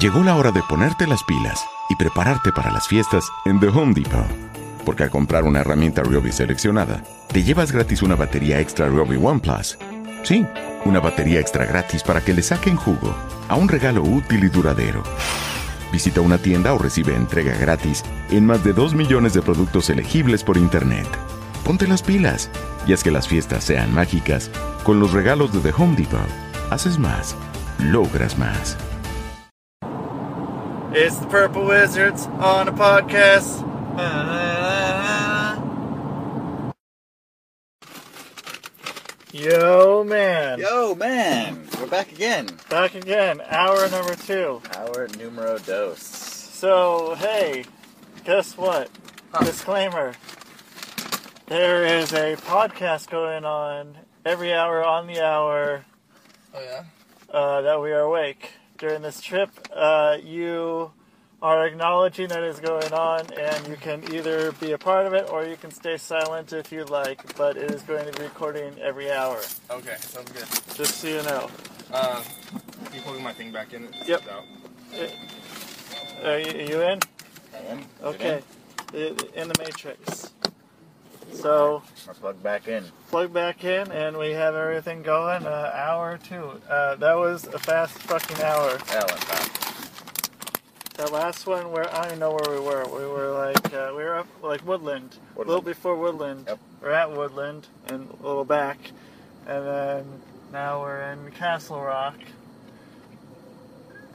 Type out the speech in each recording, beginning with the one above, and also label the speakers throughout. Speaker 1: Llegó la hora de ponerte las pilas y prepararte para las fiestas en The Home Depot. Porque al comprar una herramienta Ryobi seleccionada, te llevas gratis una batería extra Ryobi One Plus. Sí, una batería extra gratis para que le saquen jugo a un regalo útil y duradero. Visita una tienda o recibe entrega gratis en más de 2 millones de productos elegibles por Internet. Ponte las pilas y haz que las fiestas sean mágicas. Con los regalos de The Home Depot, haces más, logras más.
Speaker 2: It's the Purple Wizards on a podcast. Yo, man.
Speaker 3: Yo, man. We're back again.
Speaker 2: Back again, hour number two.
Speaker 3: Our numero dos.
Speaker 2: So, hey, guess what?
Speaker 3: Huh.
Speaker 2: Disclaimer there is a podcast going on every hour on the hour
Speaker 3: Oh, yeah?
Speaker 2: uh, that we are awake during this trip. Uh, you are acknowledging that is going on, and you can either be a part of it or you can stay silent if you like. But it is going to be recording every hour,
Speaker 4: Okay, sounds good.
Speaker 2: just so you know.
Speaker 4: Um, you plugging my thing back in? It's
Speaker 2: Yep.
Speaker 4: out.
Speaker 2: Are you, are you in?
Speaker 3: I am. Is it
Speaker 2: Okay, I- in the matrix. So
Speaker 3: in? I'll plug back in.
Speaker 2: plug back in, and we have everything going. Uh, hour two. Uh, that was a fast fucking hour.
Speaker 3: That went fast.
Speaker 2: That last one, where I don't even know where we were. We were like uh, we were up like Woodland, a little
Speaker 3: Woodland.
Speaker 2: before Woodland.
Speaker 3: Yep.
Speaker 2: We're at Woodland and a little back, and then now we're in Castle Rock,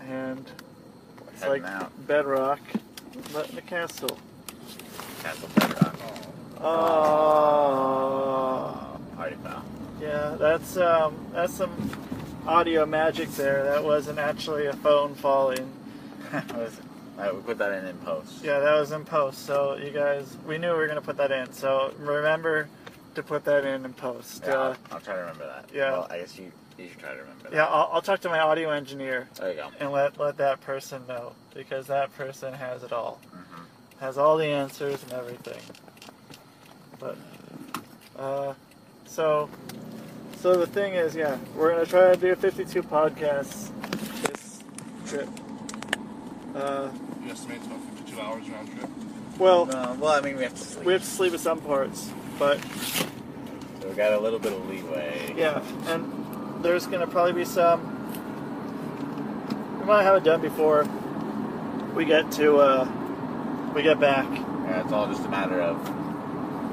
Speaker 2: and it's
Speaker 3: Heading
Speaker 2: like
Speaker 3: out.
Speaker 2: Bedrock, but in the castle.
Speaker 3: Castle Bedrock.
Speaker 2: Oh,
Speaker 3: Already fell.
Speaker 2: yeah, that's um, that's some audio magic there. That wasn't actually a phone falling.
Speaker 3: That was- Alright, we put that in in post.
Speaker 2: Yeah, that was in post. So you guys, we knew we were gonna put that in. So remember to put that in in post. Uh,
Speaker 3: Yeah, I'll, I'll try to remember that.
Speaker 2: yeah.
Speaker 3: Well, I guess you, you should try to remember that.
Speaker 2: yeah, I'll, I'll talk to my audio engineer
Speaker 3: There you go.
Speaker 2: and let let that person know because that person has it all, has all the answers and everything. But uh, so so the thing is, yeah, we're gonna try to do 52 podcasts this trip. Uh,
Speaker 4: You estimate it's about 52 hours round trip.
Speaker 2: well,
Speaker 3: Uh, well, I mean, we have to sleep.
Speaker 2: we have to sleep at some parts, but.
Speaker 3: so we got a little bit of leeway.
Speaker 2: Yeah, and there's gonna probably be some. We might have it done before we get to uh, we get back.
Speaker 3: Yeah, it's all just a matter of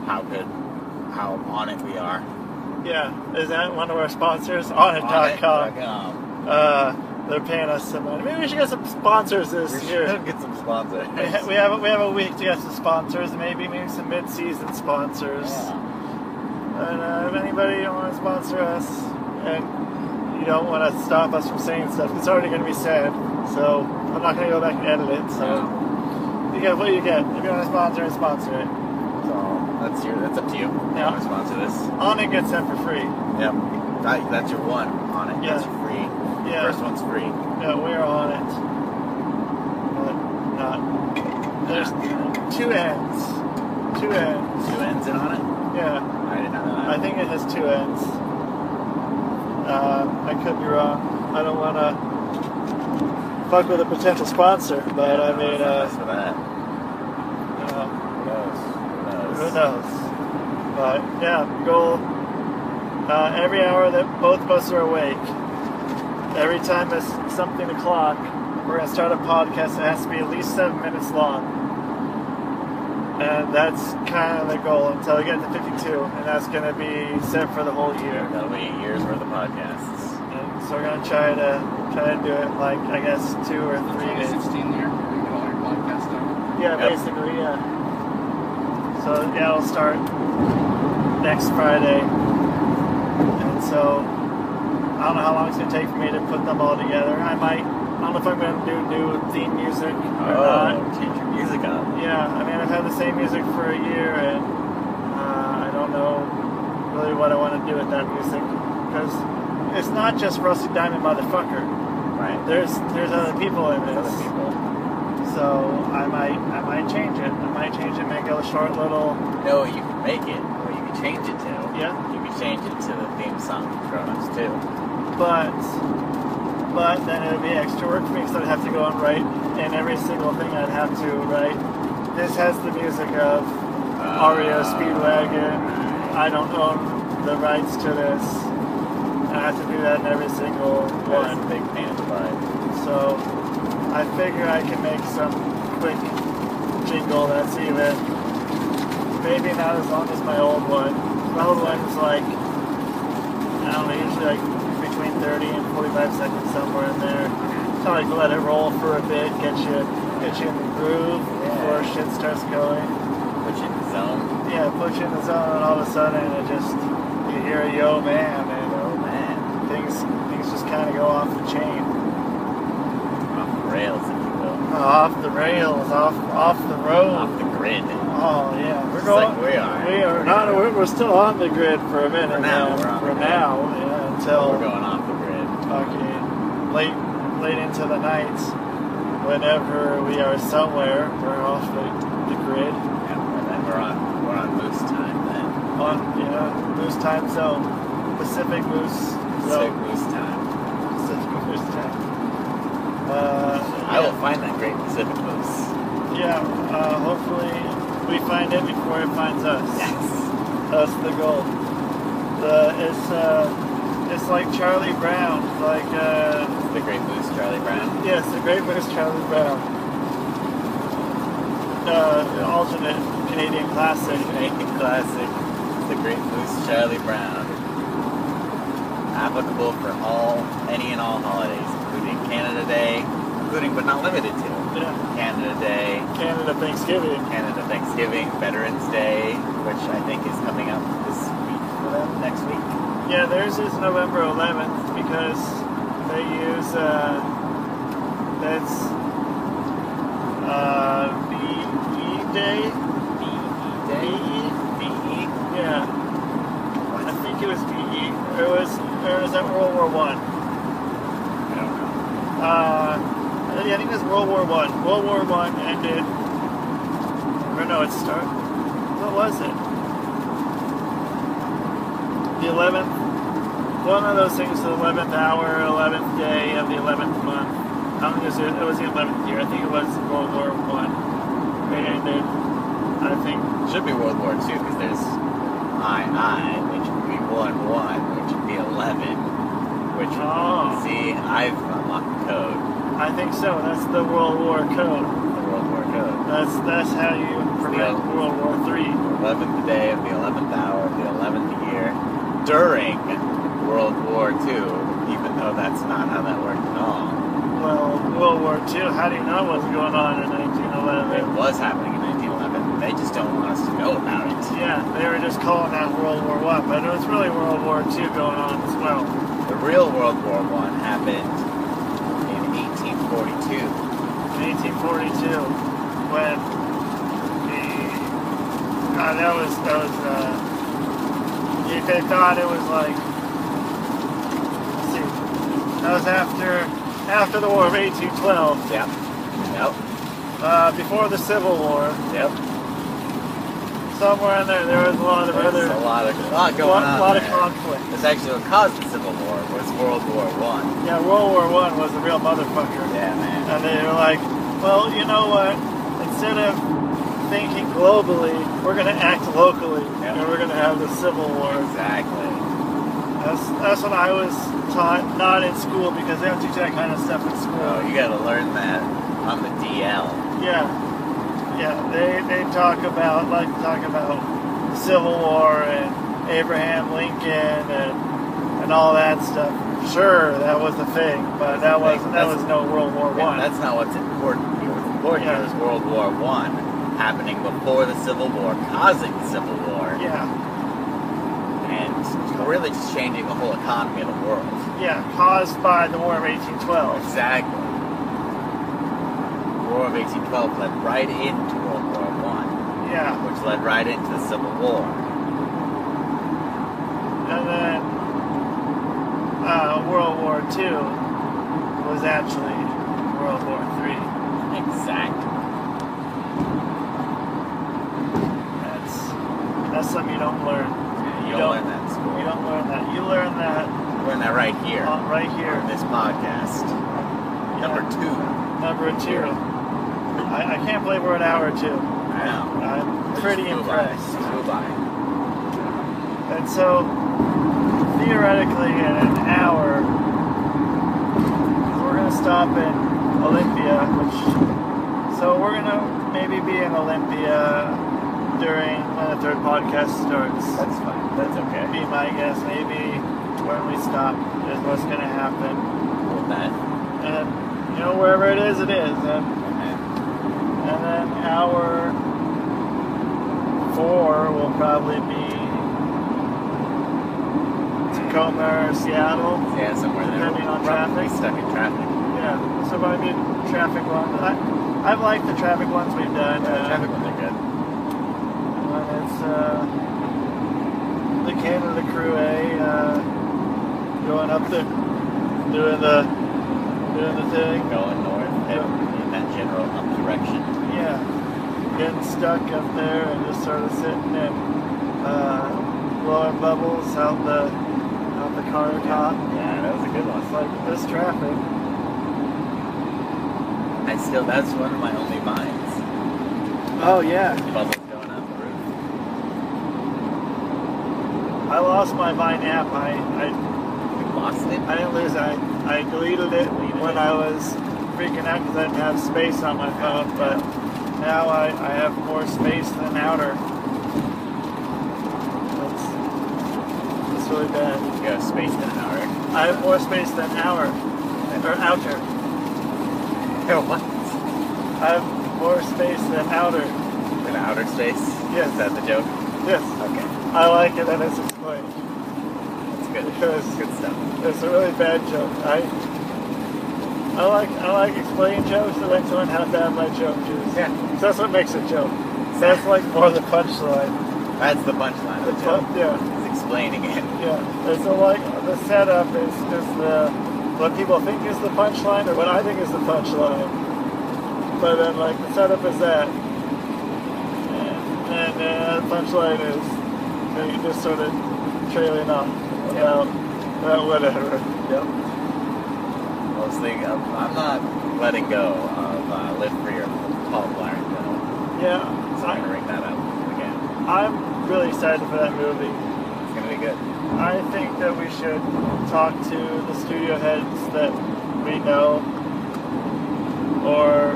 Speaker 3: how good, how on it we are.
Speaker 2: Yeah, is that one of our sponsors?
Speaker 3: On it,
Speaker 2: Onnit.com.
Speaker 3: com.
Speaker 2: Uh, they're paying us some money. Maybe we should get some sponsors
Speaker 3: We
Speaker 2: this year.
Speaker 3: should get some sponsors.
Speaker 2: We ha- we have a- we have a week to get some sponsors. Maybe maybe some mid-season sponsors.
Speaker 3: Yeah.
Speaker 2: And uh, if anybody want to sponsor us and you don't want to stop us from saying stuff, it's already going to be said. So I'm not going to go back and edit it. So
Speaker 3: So,
Speaker 2: you get what you get. If you want to sponsor it, sponsor it.
Speaker 3: so that's your. That's up to you.
Speaker 2: Yeah.
Speaker 3: Want to sponsor this?
Speaker 2: On it gets that for free.
Speaker 3: Yep. That, that's your one on it. That's
Speaker 2: Yeah.
Speaker 3: free.
Speaker 2: Yeah.
Speaker 3: First one's free.
Speaker 2: Yeah, we're on it. But not. There's two ends. Two ends.
Speaker 3: Two ends in on it.
Speaker 2: Yeah,
Speaker 3: I didn't know that.
Speaker 2: I think it has two ends. Uh, I could be wrong. I don't want to fuck with a potential sponsor, but I mean. Uh,
Speaker 3: for that.
Speaker 2: Uh,
Speaker 3: Who knows?
Speaker 2: who knows? But yeah, goal. Uh, every hour that both of us are awake, every time it's something o'clock, we're gonna start a podcast that has to be at least seven minutes long. And that's kind of the goal until we get to 52, and that's gonna be set for the whole year.
Speaker 3: That'll be eight years worth of podcasts.
Speaker 2: And so we're gonna try to try to do it like I guess two or three
Speaker 4: Three
Speaker 2: days.
Speaker 4: 16 year. You get all your podcasts done.
Speaker 2: Yeah,
Speaker 3: Yep.
Speaker 2: basically, yeah. So yeah, it'll start next Friday, and so I don't know how long it's gonna take for me to put them all together. I might don't know if I'm gonna do new theme music or not.
Speaker 3: Oh, change your music up.
Speaker 2: Yeah, I mean, I've had the same music for a year, and uh, I don't know really what I want to do with that music because it's not just Rusty Diamond, motherfucker.
Speaker 3: Right.
Speaker 2: There's there's other people in
Speaker 3: There's other
Speaker 2: this,
Speaker 3: people.
Speaker 2: so I might I might change it. I might change it, make it a short little
Speaker 3: No, you can make it, or you can change it to.
Speaker 2: yeah.
Speaker 3: You can change it to the theme song from Grown Ups too.
Speaker 2: But but then it would be extra work for me because I'd have to go and write, and every single thing I'd have to write. This has the music of Aria
Speaker 3: Ah.
Speaker 2: Speedwagon. I don't own the rights to this. I have to do that in every single
Speaker 3: That's a
Speaker 2: one.
Speaker 3: big pain in the butt.
Speaker 2: So I figure I can make some quick jingle that's even maybe not as long as my old one. My old one is like I don't know, usually like between 30 and 45 seconds somewhere in there. So like let it roll for a bit, get you get you in the groove before shit starts going.
Speaker 3: Put you in the zone.
Speaker 2: Yeah, push in the zone, and all of a sudden it just you hear a yo man,
Speaker 3: Oh
Speaker 2: and
Speaker 3: man.
Speaker 2: things things just kind of go off the chain,
Speaker 3: Off the rails, if you will.
Speaker 2: off the rails, off off the road.
Speaker 3: Off the grid.
Speaker 2: Oh yeah, we're
Speaker 3: Just
Speaker 2: going.
Speaker 3: like we are.
Speaker 2: we are not. We're, we're still on the grid for a minute
Speaker 3: For now,
Speaker 2: man.
Speaker 3: we're on
Speaker 2: For
Speaker 3: the grid.
Speaker 2: now, yeah, until
Speaker 3: We're going off the grid.
Speaker 2: fucking late late into the night. Whenever we are somewhere, we're off the, the grid
Speaker 3: Yeah, and then we're on we're on moose time then.
Speaker 2: on yeah moose time zone, Pacific moose
Speaker 3: So
Speaker 2: zone.
Speaker 3: moose time.
Speaker 2: Uh,
Speaker 3: I will find that great Pacific moose.
Speaker 2: Yeah, uh, hopefully we find it before it finds us.
Speaker 3: Yes.
Speaker 2: That's the goal. The it's uh, it's like Charlie Brown. Like uh,
Speaker 3: The great moose, Charlie Brown.
Speaker 2: yes, the great moose Charlie Brown. Uh, the alternate Canadian classic. eh?
Speaker 3: Jamaican classic, The Great Moose Charlie Brown. Applicable for all, any and all holidays, including Canada Day, including but not limited to
Speaker 2: Yeah,
Speaker 3: Canada Day,
Speaker 2: Canada Thanksgiving.
Speaker 3: Canada Thanksgiving, Veterans Day, which I think is coming up this week, uh, next week.
Speaker 2: Yeah, theirs is November 11th because they use uh, that's uh, VE Day. E
Speaker 3: VE Day?
Speaker 2: VE?
Speaker 3: VE?
Speaker 2: E? Yeah, I think it was VE. It was or was that World War One?
Speaker 3: I don't know.
Speaker 2: Uh, yeah, I think it was World War One. World War One ended. Or no, it started. What was it? The eleventh. One of those things. The eleventh hour, eleventh day of the eleventh month. How long is it? It was the eleventh year. I think it was World War One. It ended. I think.
Speaker 3: Should be World War II because there's I I, which would be one one, which would be eleven, which would
Speaker 2: Oh.
Speaker 3: see I've unlocked the code,
Speaker 2: I think so. That's the World War code.
Speaker 3: the World War code.
Speaker 2: That's that's how you prevent
Speaker 3: Yeah.
Speaker 2: World War Three.
Speaker 3: 11th day of the 11th hour of the 11th year during World War II, even though that's not how that worked at all.
Speaker 2: Well, World War II. How do you know what's going on in
Speaker 3: It
Speaker 2: 1911?
Speaker 3: was happening in 1911. They just don't want us to know about it.
Speaker 2: Yeah, they were just calling that World War One, but it was really World War II going on as well.
Speaker 3: The real World War One happened in 1842.
Speaker 2: In 1842, when the God, that was that was uh, they- they thought it was like let's see, that was after after the War of 1812,
Speaker 3: Yep. Yep.
Speaker 2: uh, before the Civil War,
Speaker 3: Yep.
Speaker 2: somewhere in there there was a lot of
Speaker 3: There's
Speaker 2: other
Speaker 3: a lot of a lot going
Speaker 2: lot,
Speaker 3: on.
Speaker 2: lot of
Speaker 3: there.
Speaker 2: conflict.
Speaker 3: It's actually what caused the Civil War was World War One.
Speaker 2: Yeah, World War One was a real motherfucker.
Speaker 3: Yeah, man.
Speaker 2: And they were like, well, you know what? Instead of thinking globally, we're gonna act locally,
Speaker 3: Yeah.
Speaker 2: and we're gonna have the civil war.
Speaker 3: Exactly.
Speaker 2: That's that's what I was taught, not in school, because they don't teach that kind of stuff in school.
Speaker 3: Oh, you got to learn that on the DL.
Speaker 2: Yeah, yeah. They they talk about like to talk about the Civil War and Abraham Lincoln and and all that stuff. Sure, that was the thing, but that was that was no World War
Speaker 3: Yeah,
Speaker 2: One.
Speaker 3: that's not what's important here. What's important here
Speaker 2: Yeah.
Speaker 3: is World War One happening before the Civil War, causing the Civil War,
Speaker 2: yeah,
Speaker 3: and really just changing the whole economy of the world.
Speaker 2: yeah. Caused by the War of 1812.
Speaker 3: Exactly. of 1812 led right into World War One,
Speaker 2: Yeah.
Speaker 3: which led right into the Civil War.
Speaker 2: And then uh, World War II was actually World War III.
Speaker 3: Exactly.
Speaker 2: That's that's something you don't learn. You
Speaker 3: You, don't
Speaker 2: don't-
Speaker 3: learn that in school.
Speaker 2: You don't Oh. learn that. You learn that
Speaker 3: You learn that right here
Speaker 2: on, right
Speaker 3: on
Speaker 2: here.
Speaker 3: this podcast. Number two.
Speaker 2: Number two. I, I can't believe we're at hour two.
Speaker 3: I know.
Speaker 2: I'm pretty
Speaker 3: Just move on.
Speaker 2: impressed.
Speaker 3: Just move on.
Speaker 2: And so, theoretically, in an hour, we're gonna stop in Olympia, which so we're gonna maybe be in Olympia during when the third podcast starts.
Speaker 3: That's fine. That's okay.
Speaker 2: Be my guess, maybe when we stop is what's gonna happen.
Speaker 3: We'll bet.
Speaker 2: And you know, wherever it is, it is. And,
Speaker 3: And
Speaker 2: and then hour four will probably be Tacoma or Seattle.
Speaker 3: yeah, somewhere there.
Speaker 2: Depending on
Speaker 3: We're probably
Speaker 2: traffic.
Speaker 3: Stuck in traffic.
Speaker 2: Yeah, so I mean, traffic one. I, I've liked the traffic ones we've done. Uh,
Speaker 3: Traffic ones are good.
Speaker 2: one is uh, the Canada Crew A, uh, going up there, doing the doing the thing.
Speaker 3: Going north and in that general up direction.
Speaker 2: Yeah, getting stuck up there and just sort of sitting and uh, blowing bubbles out the out the car top.
Speaker 3: Yeah, that was a good
Speaker 2: It's
Speaker 3: one.
Speaker 2: like this traffic.
Speaker 3: I still, that's one of my only minds.
Speaker 2: Oh yeah.
Speaker 3: Bubbles going up the roof.
Speaker 2: I lost my Vine app. I, I
Speaker 3: You lost it?
Speaker 2: I didn't lose it. I, I deleted it
Speaker 3: Deleted
Speaker 2: when
Speaker 3: it.
Speaker 2: I was freaking out because I didn't have space on my phone, but now I, I have more space than outer. That's, that's really bad.
Speaker 3: You have space in an hour.
Speaker 2: I have more space than hour, or outer.
Speaker 3: what?
Speaker 2: I have more space than outer.
Speaker 3: In outer space?
Speaker 2: Yes.
Speaker 3: Is that the joke?
Speaker 2: Yes,
Speaker 3: Okay.
Speaker 2: I like it that it's explained.
Speaker 3: That's good.
Speaker 2: Yes.
Speaker 3: That's good stuff.
Speaker 2: It's a really bad joke. I I like I like explaining jokes and then someone has to have my joke juice.
Speaker 3: Yeah.
Speaker 2: So that's what makes a joke. So that's like more the punchline.
Speaker 3: That's the punchline
Speaker 2: The
Speaker 3: of the
Speaker 2: pun-
Speaker 3: joke.
Speaker 2: yeah,
Speaker 3: It's explaining it.
Speaker 2: yeah. And so like the setup is is the what people think is the punchline or what I think is the punchline. But then like the setup is that. And uh, the punchline is you know, just sort of trailing off about, about whatever. Yep.
Speaker 3: I was thinking, I'm, um, I'm not letting go of uh, Live Free or Paul Blart, though.
Speaker 2: Yeah,
Speaker 3: So I'm
Speaker 2: I,
Speaker 3: going to ring that up again.
Speaker 2: I'm really excited for that movie.
Speaker 3: It's going to be good.
Speaker 2: I think that we should talk to the studio heads that we know, or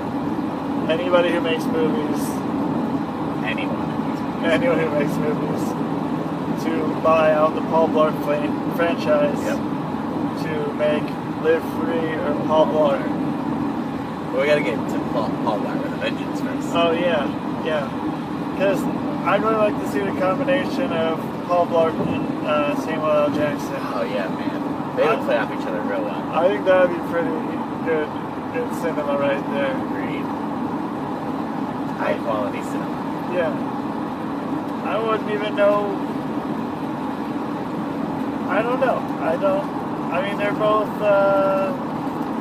Speaker 2: anybody who makes movies,
Speaker 3: Anyone.
Speaker 2: anyone who makes movies, to buy out the Paul Blart flan- franchise
Speaker 3: Yep.
Speaker 2: to make Live Free or Paul Blart.
Speaker 3: But we got to get to Paul, Paul Blart with a vengeance first.
Speaker 2: Oh yeah, yeah. Because I'd really like to see the combination of Paul Blart and uh, Samuel L. Jackson.
Speaker 3: Oh yeah, man. They would play off each other real well.
Speaker 2: I think that'd be pretty good, good cinema right there.
Speaker 3: Agreed. High quality cinema.
Speaker 2: Yeah. I wouldn't even know. I don't know. I don't. I mean, they're both. Uh,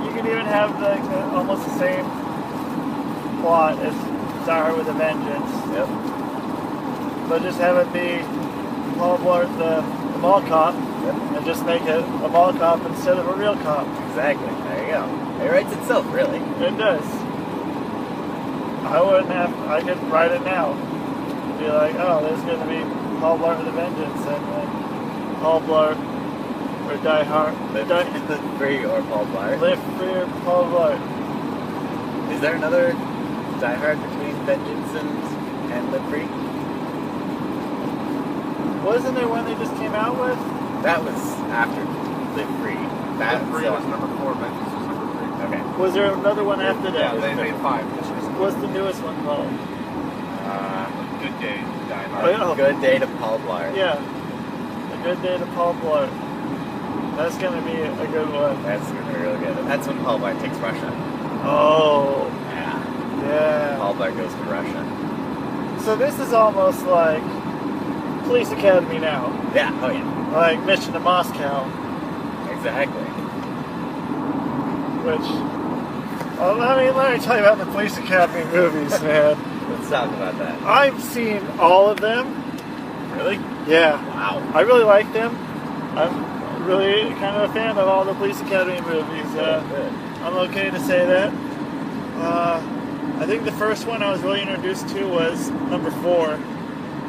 Speaker 2: you can even have like the, almost the same plot as Zahar with a Vengeance,
Speaker 3: Yep.
Speaker 2: but just have it be Paul Blart the, the mall cop,
Speaker 3: Yep.
Speaker 2: and just make it a mall cop instead of a real cop.
Speaker 3: Exactly. There you go. It writes itself, really.
Speaker 2: It does. I wouldn't have. I could write it now. Be like, oh, there's going to be Paul Blart with a Vengeance, and then Paul Blart or Die Hard,
Speaker 3: Live,
Speaker 2: Die,
Speaker 3: Live Free or Paul Blart.
Speaker 2: Live Free or Paul Blart.
Speaker 3: Is there another Die Hard between Vengeance and, and Live Free?
Speaker 2: Wasn't there one they just came out with?
Speaker 3: That was after Live Free. That
Speaker 4: Live Free
Speaker 3: uh,
Speaker 4: was number four. Vengeance was number three.
Speaker 3: okay.
Speaker 2: Was there another one after
Speaker 4: Yeah,
Speaker 2: that?
Speaker 4: they made five this year.
Speaker 2: What's the newest one called?
Speaker 3: Uh,
Speaker 4: Good day, Die
Speaker 2: Oh, yeah.
Speaker 4: Hard.
Speaker 3: Good day to Paul Blart.
Speaker 2: Yeah, A Good Day to Paul Blart. That's gonna be a good one.
Speaker 3: That's gonna be really good. That's when Paul Blart takes Russia.
Speaker 2: Oh,
Speaker 3: Yeah.
Speaker 2: yeah.
Speaker 3: dollar goes to Russia.
Speaker 4: Oh.
Speaker 2: So this is almost like police academy now,
Speaker 3: Yeah. Oh yeah.
Speaker 2: like Mission to Moscow.
Speaker 3: Exactly.
Speaker 2: Which, uh, let me let me tell you about the police academy movies, man.
Speaker 3: Let's talk about that.
Speaker 2: I've seen all of them.
Speaker 3: Really?
Speaker 2: Yeah,
Speaker 3: Wow.
Speaker 2: I really like them. I'm really kind of a fan of all the police academy movies. Uh,
Speaker 3: Good.
Speaker 2: I'm okay to say that. Uh, I think the first one I was really introduced to was number four,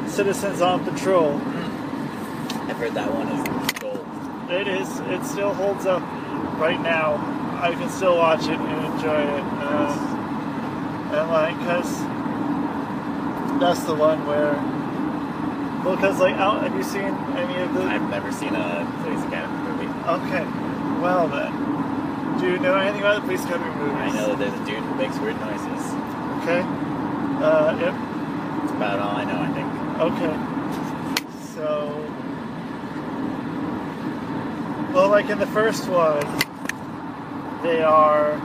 Speaker 2: Citizens on Patrol.
Speaker 3: I've heard that one is gold.
Speaker 2: It is. It still holds up right now. I can still watch it and enjoy it. Uh, and like, cause that's the one where, well, cause like, out, have you seen any of the?
Speaker 3: I've never seen a Police Academy movie.
Speaker 2: Okay. Well then, do you know anything about the police academy movies?
Speaker 3: I know that there's a dude who makes weird noises.
Speaker 2: Okay. Uh, yep.
Speaker 3: That's about all I know. I think.
Speaker 2: Okay. So. Well, like in the first one, they are.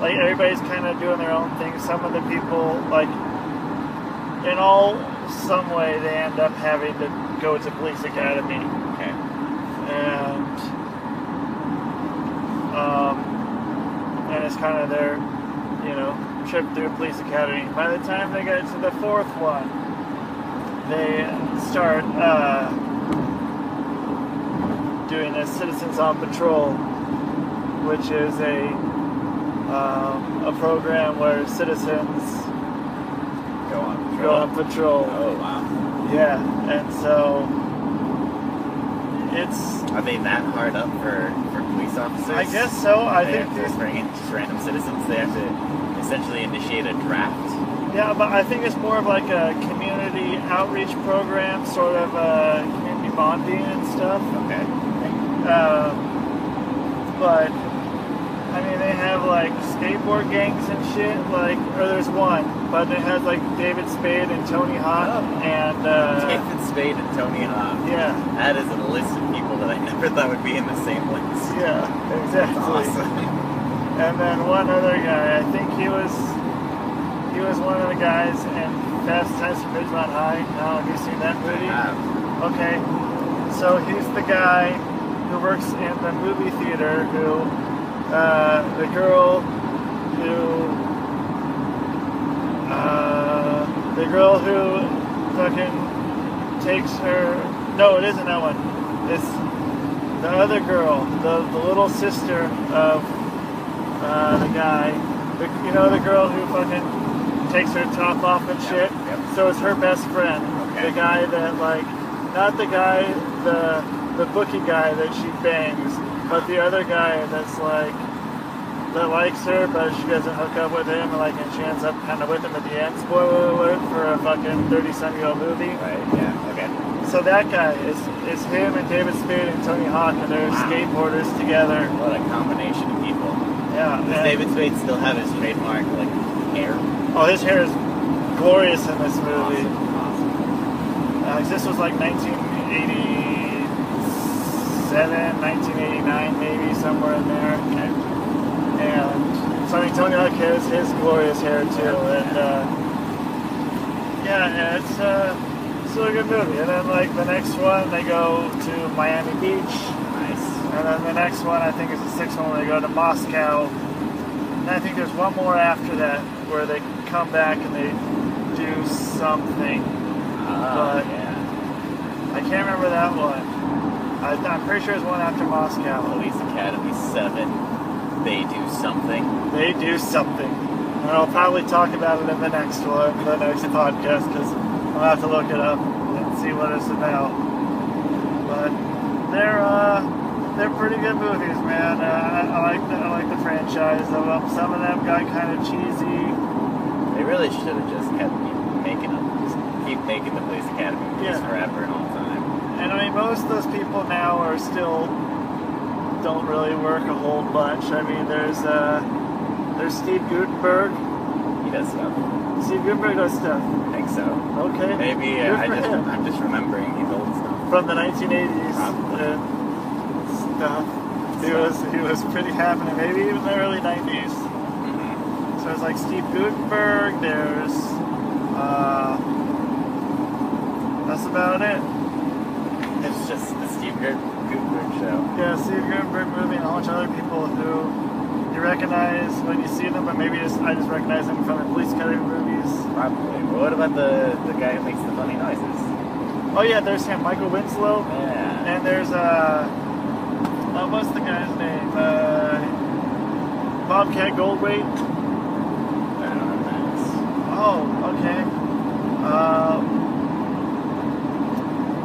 Speaker 2: Like everybody's kind of doing their own thing. Some of the people, like, in all some way, they end up having to go to police academy
Speaker 3: Okay.
Speaker 2: and um, and it's kind of their, you know, trip through police academy. By the time they get to the fourth one, they start uh, doing a citizens on patrol, which is a um, a program where citizens
Speaker 3: Go on.
Speaker 2: go on patrol.
Speaker 3: Oh wow.
Speaker 2: Yeah, and so it's
Speaker 3: Are they that hard up for, for police officers?
Speaker 2: I guess so. I
Speaker 3: they
Speaker 2: think
Speaker 3: have
Speaker 2: these
Speaker 3: to bring in just random citizens. They have to essentially initiate a draft.
Speaker 2: Yeah, but I think it's more of like a community outreach program, sort of uh, community bonding and stuff.
Speaker 3: Okay.
Speaker 2: Um, but I mean, they have like skateboard gangs and shit. Like, or there's one, but it has like David Spade and Tony Hawk
Speaker 3: Oh.
Speaker 2: and uh,
Speaker 3: David Spade and Tony Hawk.
Speaker 2: yeah,
Speaker 3: That is a list of people that I never thought would be in the same list.
Speaker 2: yeah, exactly.
Speaker 3: Awesome.
Speaker 2: And then one other guy, I think he was he was one of the guys in Fast Times at Ridgemont High. Now, have you seen that movie?
Speaker 3: Um,
Speaker 2: Okay, so he's the guy who works in the movie theater who, uh, the girl who, uh, the girl who fucking takes her, no, it isn't that one. It's the other girl, the, the little sister of uh, the guy. The, you know, the girl who fucking takes her top off and
Speaker 3: Yeah,
Speaker 2: shit?
Speaker 3: yep.
Speaker 2: So it's her best friend.
Speaker 3: Okay.
Speaker 2: The guy that like, not the guy, the the bookie guy that she bangs, but the other guy that's like, that likes her, but she doesn't hook up with him, and like, and she ends up kind of with him at the end. Spoiler alert for a fucking thirty-some-year-old movie.
Speaker 3: right. Yeah. Okay.
Speaker 2: So that guy is is him and David Spade and Tony Hawk, and they're
Speaker 3: Wow.
Speaker 2: skateboarders together.
Speaker 3: What a combination of people.
Speaker 2: Yeah.
Speaker 3: Does
Speaker 2: and-
Speaker 3: David Spade still have his trademark like hair?
Speaker 2: Oh, his hair is glorious in this movie.
Speaker 3: Awesome. Awesome.
Speaker 2: Uh, this was like 1987, 1989, maybe somewhere in there. And so I mean, Tony Hawk has his glorious hair too, and uh, yeah, and it's uh, it's a good movie. And then like the next one, they go to Miami Beach,
Speaker 3: Nice.
Speaker 2: and then the next one, I think is the sixth one, they go to Moscow. And I think there's one more after that where they come back and they do something.
Speaker 3: Ah,
Speaker 2: But-
Speaker 3: yeah.
Speaker 2: I can't remember that one. I, I'm pretty sure it's one after Moscow.
Speaker 3: Police Academy 7. They do something.
Speaker 2: They do something. And I'll probably talk about it in the next one, the next podcast, because I'll have to look it up and see what it's about. But they're uh, they're pretty good movies, man. Uh, I, I like the I like the franchise of them. Some of them got kind of cheesy.
Speaker 3: They really should have just kept keep making them. Just keep making the Police Academy movies
Speaker 2: Yeah.
Speaker 3: forever and all time.
Speaker 2: And I mean, most of those people now are still don't really work a whole bunch. I mean, there's uh, there's Steve Gutenberg.
Speaker 3: He does stuff.
Speaker 2: See, Gutenberg does stuff.
Speaker 3: I think so.
Speaker 2: Okay.
Speaker 3: Maybe
Speaker 2: Good
Speaker 3: uh, I
Speaker 2: for
Speaker 3: just
Speaker 2: him.
Speaker 3: I'm just remembering his old stuff.
Speaker 2: From the Uh, 1980s.
Speaker 3: Probably.
Speaker 2: and stuff. He was he was pretty happening. Maybe even the early 90s.
Speaker 3: Mhm.
Speaker 2: So it's like Steve Gutenberg. There's uh, that's about it.
Speaker 3: It's just the Steve Gut- Gutenberg show.
Speaker 2: Yeah, Steve Gutenberg movie and a whole bunch of other people who you recognize when you see them, but maybe just I just recognize them from the police academy movies.
Speaker 3: Probably. But what about the, the guy who makes the funny noises?
Speaker 2: Oh yeah, there's him, Michael Winslow.
Speaker 3: Yeah.
Speaker 2: And there's uh, uh what's the guy's name? Uh, Bobcat Goldwait.
Speaker 3: I don't know that.
Speaker 2: Oh, okay. Um,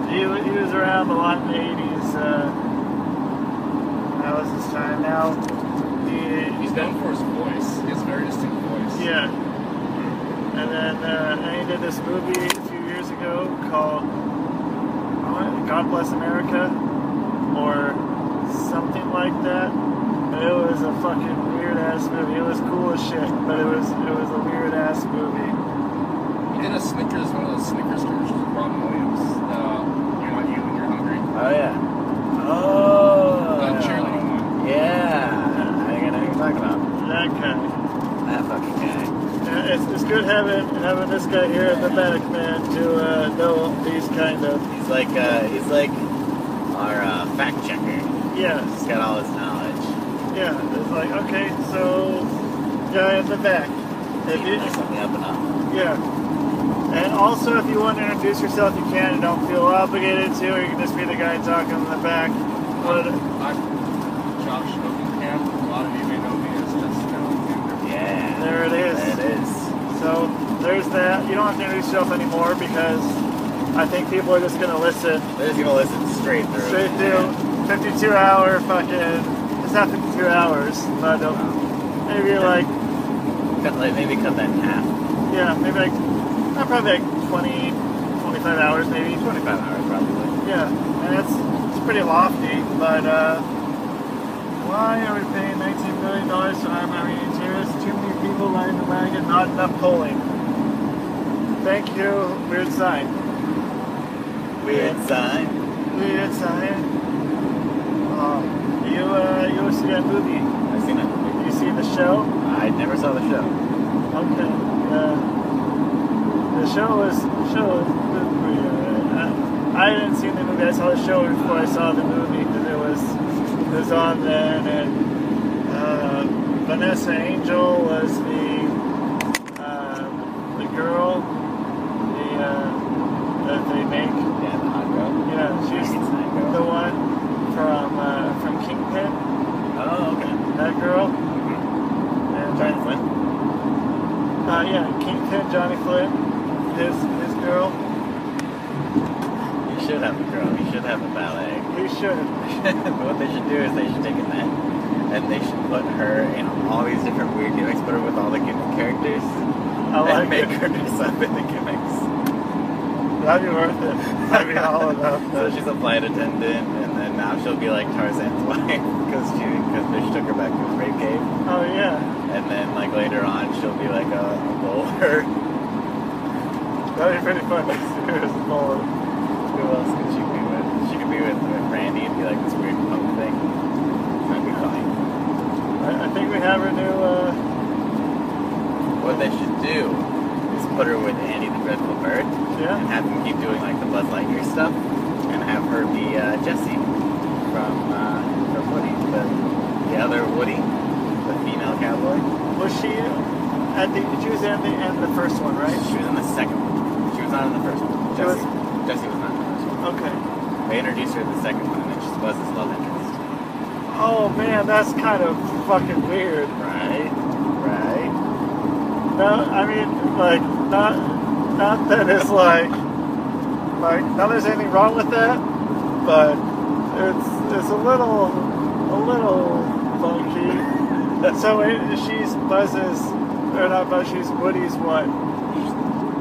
Speaker 2: he, wa- he was around a lot in the 80s. Uh, that was his time. Now, he,
Speaker 4: He's known for his voice. He has a very distinct voice.
Speaker 2: yeah. And then uh, and he did this movie a few years ago called uh, God Bless America or something like that. And it was a fucking weird ass movie. It was cool as shit, but it was it was a weird ass movie.
Speaker 4: He did a Snickers, one of those Snickers commercials with Robin Williams. Uh, you're not you when you're hungry.
Speaker 3: Oh yeah. Oh.
Speaker 4: The cheerleading one.
Speaker 3: Yeah. I think I know what you're talking about.
Speaker 2: That kind.
Speaker 3: That fucking guy.
Speaker 2: Yeah, it's, it's good having having this guy here in the back, man, to uh, know these kind of
Speaker 3: He's like uh, he's like our uh, fact checker.
Speaker 2: yes,
Speaker 3: He's got all his knowledge.
Speaker 2: yeah. It's like okay, so guy in the back. If
Speaker 3: Keeping
Speaker 2: you,
Speaker 3: us on the up and up.
Speaker 2: yeah, and also if you want to introduce yourself, you can. and Don't feel obligated to. Or you can just be the guy talking in the back. But
Speaker 4: I'm Josh Oakenkamp. A lot of you may know me as uh, Justin Alexander.
Speaker 3: Yeah.
Speaker 2: There it is.
Speaker 3: There it is.
Speaker 2: so there's that. You don't have to introduce yourself anymore because I think people are just gonna listen
Speaker 3: They're just gonna listen straight through.
Speaker 2: straight through. 52 hour fucking. It's not 52 hours, but um, maybe like.
Speaker 3: Cut, like, maybe cut that in half.
Speaker 2: Yeah, maybe like, uh, probably like 20, 25 hours maybe. 20.
Speaker 3: Twenty-five hours probably.
Speaker 2: Yeah, and it's, it's pretty lofty, but uh, why are we paying $19 million to arm our engineers? Too many people lying in the wagon, not enough polling. Thank you, weird sign.
Speaker 3: Weird sign.
Speaker 2: Weird sign. Um, you, uh, you see that movie?
Speaker 3: I've seen that movie.
Speaker 2: You see the show?
Speaker 3: I never saw the show.
Speaker 2: Okay. Uh, the show was show was good for you. Uh, I, I didn't see the movie. I saw the show before I saw the movie because it was it was on then. And uh, Vanessa Angel was the uh, the girl. The uh, that they make.
Speaker 3: Yeah, the hot girl.
Speaker 2: Yeah, she's
Speaker 3: Megan Stein girl.
Speaker 2: the one from uh, from Kingpin.
Speaker 3: Oh, okay.
Speaker 2: That girl.
Speaker 3: Mm-hmm.
Speaker 2: And
Speaker 3: Johnny Flynn.
Speaker 2: Uh, yeah, Kingpin Johnny Flynn, his his girl.
Speaker 3: You should have a girl. You should have a ballet.
Speaker 2: He should.
Speaker 3: what they should do is they should take a net and they should put her in all these different weird gimmicks, put her with all the gimmick characters,
Speaker 2: I
Speaker 3: and
Speaker 2: like
Speaker 3: make
Speaker 2: it.
Speaker 3: her dress up in the gimmicks.
Speaker 2: That'd be worth it. That'd be all enough.
Speaker 3: So she's a flight attendant, and then now she'll be like Tarzan's wife because she because Fish took her back to the rape cave,
Speaker 2: Oh yeah,
Speaker 3: and then like later on she'll be like a, a bowler.
Speaker 2: that'd be pretty fun. Serious bullet.
Speaker 3: Who else could she be with? She could be with, with Randy and be like this weird punk thing. That'd be funny.
Speaker 2: I, I think we have her new. Uh,
Speaker 3: What they should do is put her with Andy the Dreadful Bird and
Speaker 2: yeah.
Speaker 3: have him keep doing like the Buzz Lightyear stuff and have her be uh, Jessie from, uh, from Woody, the, the other Woody, the female cowboy.
Speaker 2: uh, Was she at the? She was at the end of the first one, right?
Speaker 3: She was in the second one. She was not in the first one.
Speaker 2: She was-
Speaker 3: Jessie. Jessie was not in the first one.
Speaker 2: Okay.
Speaker 3: They introduced her in the second one and then she was his love interest.
Speaker 2: Oh man, that's kind of fucking weird.
Speaker 3: Right? Right?
Speaker 2: No, I mean, like, not, not that it's like, like, not there's anything wrong with that, but it's, it's a little, a little funky. so it, she's Buzz's, or not Buzz, she's Woody's what?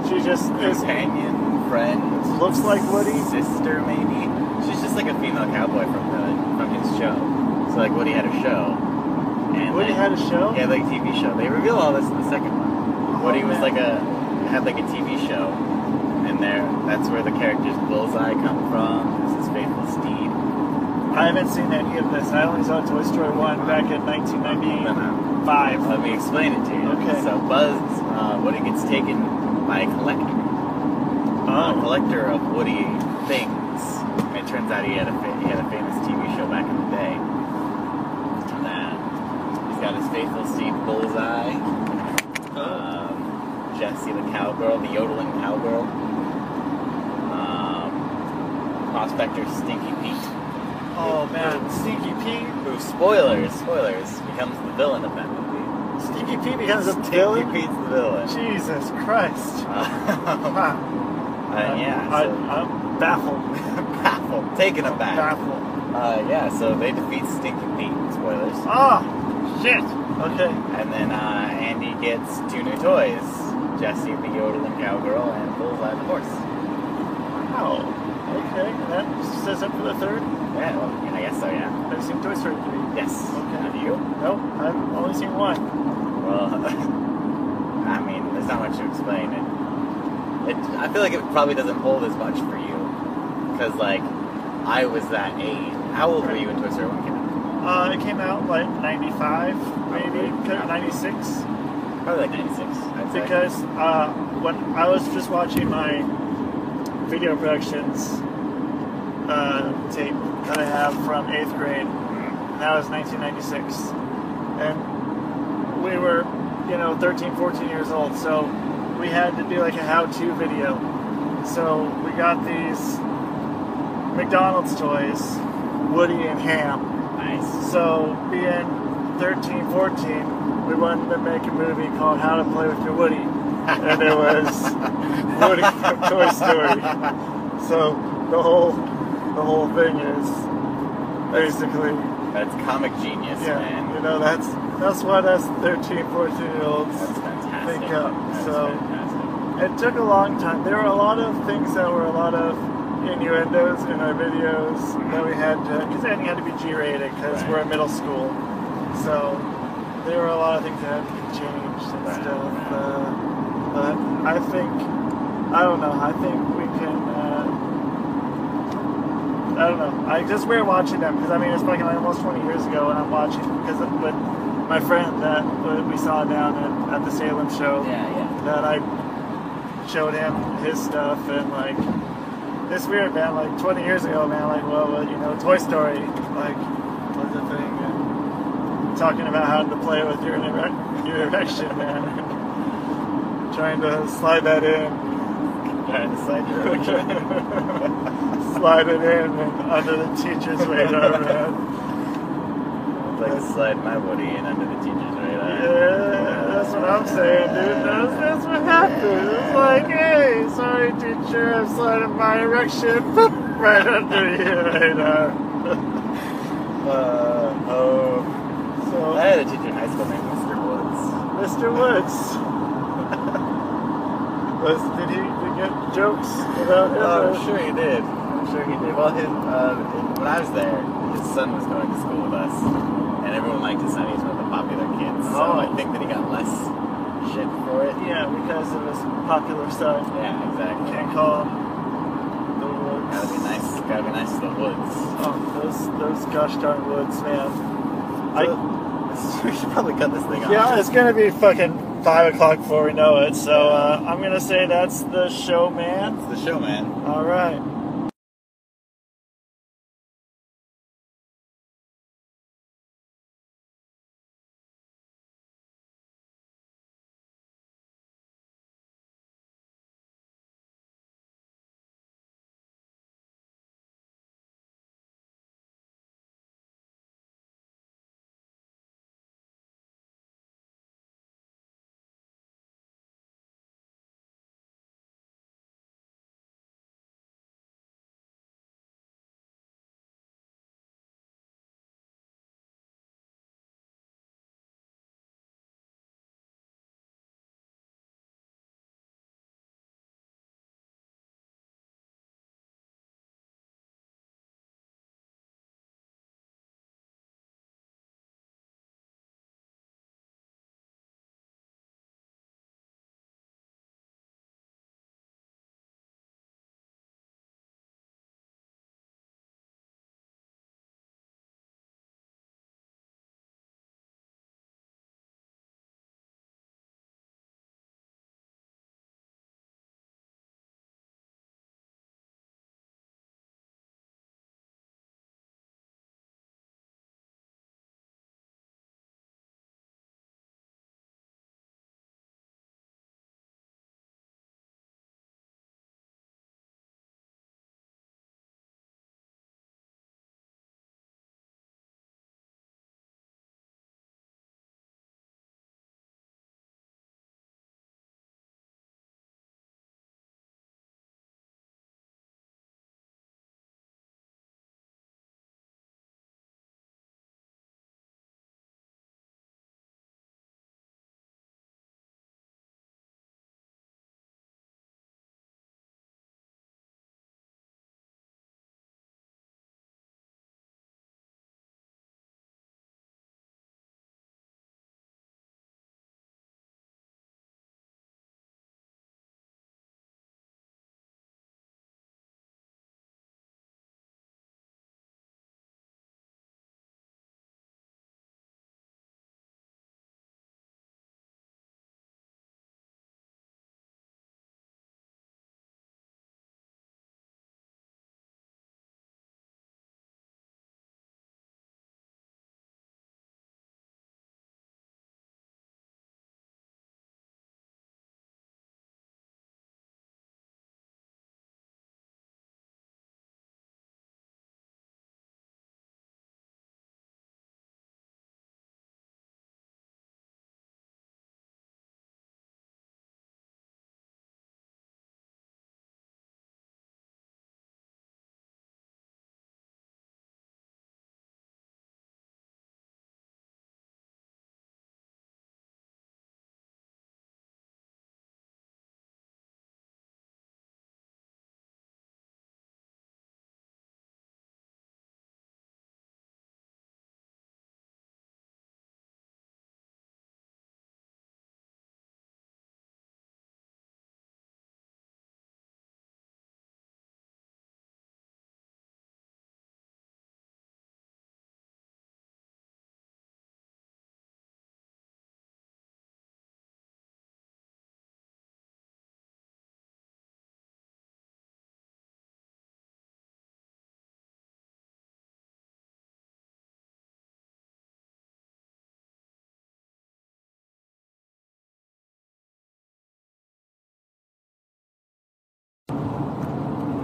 Speaker 2: She just is,
Speaker 3: Companion, friend.
Speaker 2: Looks like Woody.
Speaker 3: Sister, maybe. She's just like a female cowboy from the from his show. So like Woody had a show. And
Speaker 2: Woody
Speaker 3: like-
Speaker 2: had a show? Oh,
Speaker 3: Yeah, like TV show. They reveal all this in the second one. Woody was
Speaker 2: man.
Speaker 3: like a had like a TV show, and there that's where the characters Bullseye come from. This is Faithful Steed.
Speaker 2: I haven't seen any of this. I only saw Toy Story 1 back in
Speaker 3: And then,
Speaker 2: 1994.
Speaker 3: uh,
Speaker 2: five.
Speaker 3: Let me explain it to you.
Speaker 2: Okay.
Speaker 3: So Buzz, uh, Woody gets taken by a collector. a
Speaker 2: Oh,
Speaker 3: collector of Woody things. And it turns out he had a fa- he had a famous TV show back in the day. That he's got his faithful Steve Bullseye,
Speaker 2: Oh.
Speaker 3: um, Jesse the cowgirl, the yodeling cowgirl, um, Prospector Stinky Pete.
Speaker 2: oh man, Stinky P.
Speaker 3: Who spoilers spoilers becomes the villain of that movie.
Speaker 2: Stinky P becomes a
Speaker 3: Stinky
Speaker 2: villain.
Speaker 3: Pete's the villain.
Speaker 2: Jesus Christ.
Speaker 3: Uh,
Speaker 2: Oh, Wow.
Speaker 3: uh, yeah,
Speaker 2: I,
Speaker 3: so,
Speaker 2: am baffled.
Speaker 3: baffled, taken aback.
Speaker 2: Baffled.
Speaker 3: Uh, yeah, so they defeat Stinky Pete, spoilers.
Speaker 2: Ah, shit. Okay.
Speaker 3: And then uh, Andy gets two new toys Jesse the Yodeling Cowgirl and Bullseye the Horse.
Speaker 2: Wow. Okay. That says it for the third.
Speaker 3: Yeah, well, yeah, I guess so, yeah.
Speaker 2: I've seen Toy Story 3.
Speaker 3: Yes.
Speaker 2: Okay.
Speaker 3: Have you?
Speaker 2: Nope, I've only seen one.
Speaker 3: Well, I mean, there's not much to explain. It, it, I feel like it probably doesn't hold as much for you. Because, like, I was that age. How old were you in Toy Story 1 came out?
Speaker 2: Uh, it came out like 95, maybe,
Speaker 3: Yeah.
Speaker 2: 96.
Speaker 3: Probably like 96. I'd say.
Speaker 2: Because uh, when I was just watching my video productions uh, tape that I have from eighth grade, and that was 1996. And we were, you know, 13, 14 years old, so we had to do like a how to video. So we got these McDonald's toys, Woody and Ham.
Speaker 3: Nice.
Speaker 2: So, being 13, 14, we wanted to make a movie called How to Play with Your Woody. And it was Woody from Toy Story. So, the whole the whole thing is basically,
Speaker 3: That's comic genius,
Speaker 2: yeah, you
Speaker 3: man.
Speaker 2: know, that's that's what us 13, 14 year olds.
Speaker 3: That's fantastic.
Speaker 2: Think up,
Speaker 3: That's
Speaker 2: so-
Speaker 3: fantastic.
Speaker 2: It took a long time. There were a lot of things that were a lot of innuendos in our videos that we had to, because everything had to be G rated because
Speaker 3: Right.
Speaker 2: we're in middle school. So there were a lot of things that had to be changed and
Speaker 3: Right,
Speaker 2: stuff.
Speaker 3: right.
Speaker 2: Uh, but I think, I don't know, I think we can, uh, I don't know. I just weird watching them because I mean, it's fucking like almost 20 years ago and I'm watching because with my friend that uh, we saw down at, at the Salem show
Speaker 3: Yeah, yeah.
Speaker 2: that I showed him his stuff and like this weird man like 20 years ago man like well, well you know Toy Story like was the thing and talking about how to play with your erec- your erection man trying to slide that in
Speaker 3: Trying to slide your
Speaker 2: slide it in and under the teacher's radar man
Speaker 3: Like slide my Woody in under the teacher's radar.
Speaker 2: yeah that's what I'm saying dude that's, that's what happens it's like hey sorry teacher I'm sliding my erection right under your radar
Speaker 3: Uh, oh.
Speaker 2: um, so
Speaker 3: I had a teacher in high school named Mr. Woods.
Speaker 2: Mr. Woods. Was, did he did he get jokes about him?
Speaker 3: Oh, I'm sure he did. I'm sure he did. Well, his, uh, when I was there, his son was going to school with us, and everyone liked his son. He's one of the popular kids, so
Speaker 2: Oh.
Speaker 3: I think that he got less shit for it.
Speaker 2: yeah, because it was popular stuff.
Speaker 3: Yeah, exactly.
Speaker 2: Can't call him the Woods.
Speaker 3: Gotta be nice. Gotta be nice to the Woods.
Speaker 2: Oh, those those gosh darn Woods, man. I,
Speaker 3: So, we should probably cut this thing off.
Speaker 2: yeah, it's gonna be fucking five o'clock before we know it. So uh, I'm gonna say that's the show, man.
Speaker 3: It's the show, man.
Speaker 2: All right.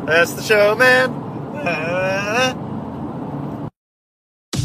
Speaker 2: That's the show, man.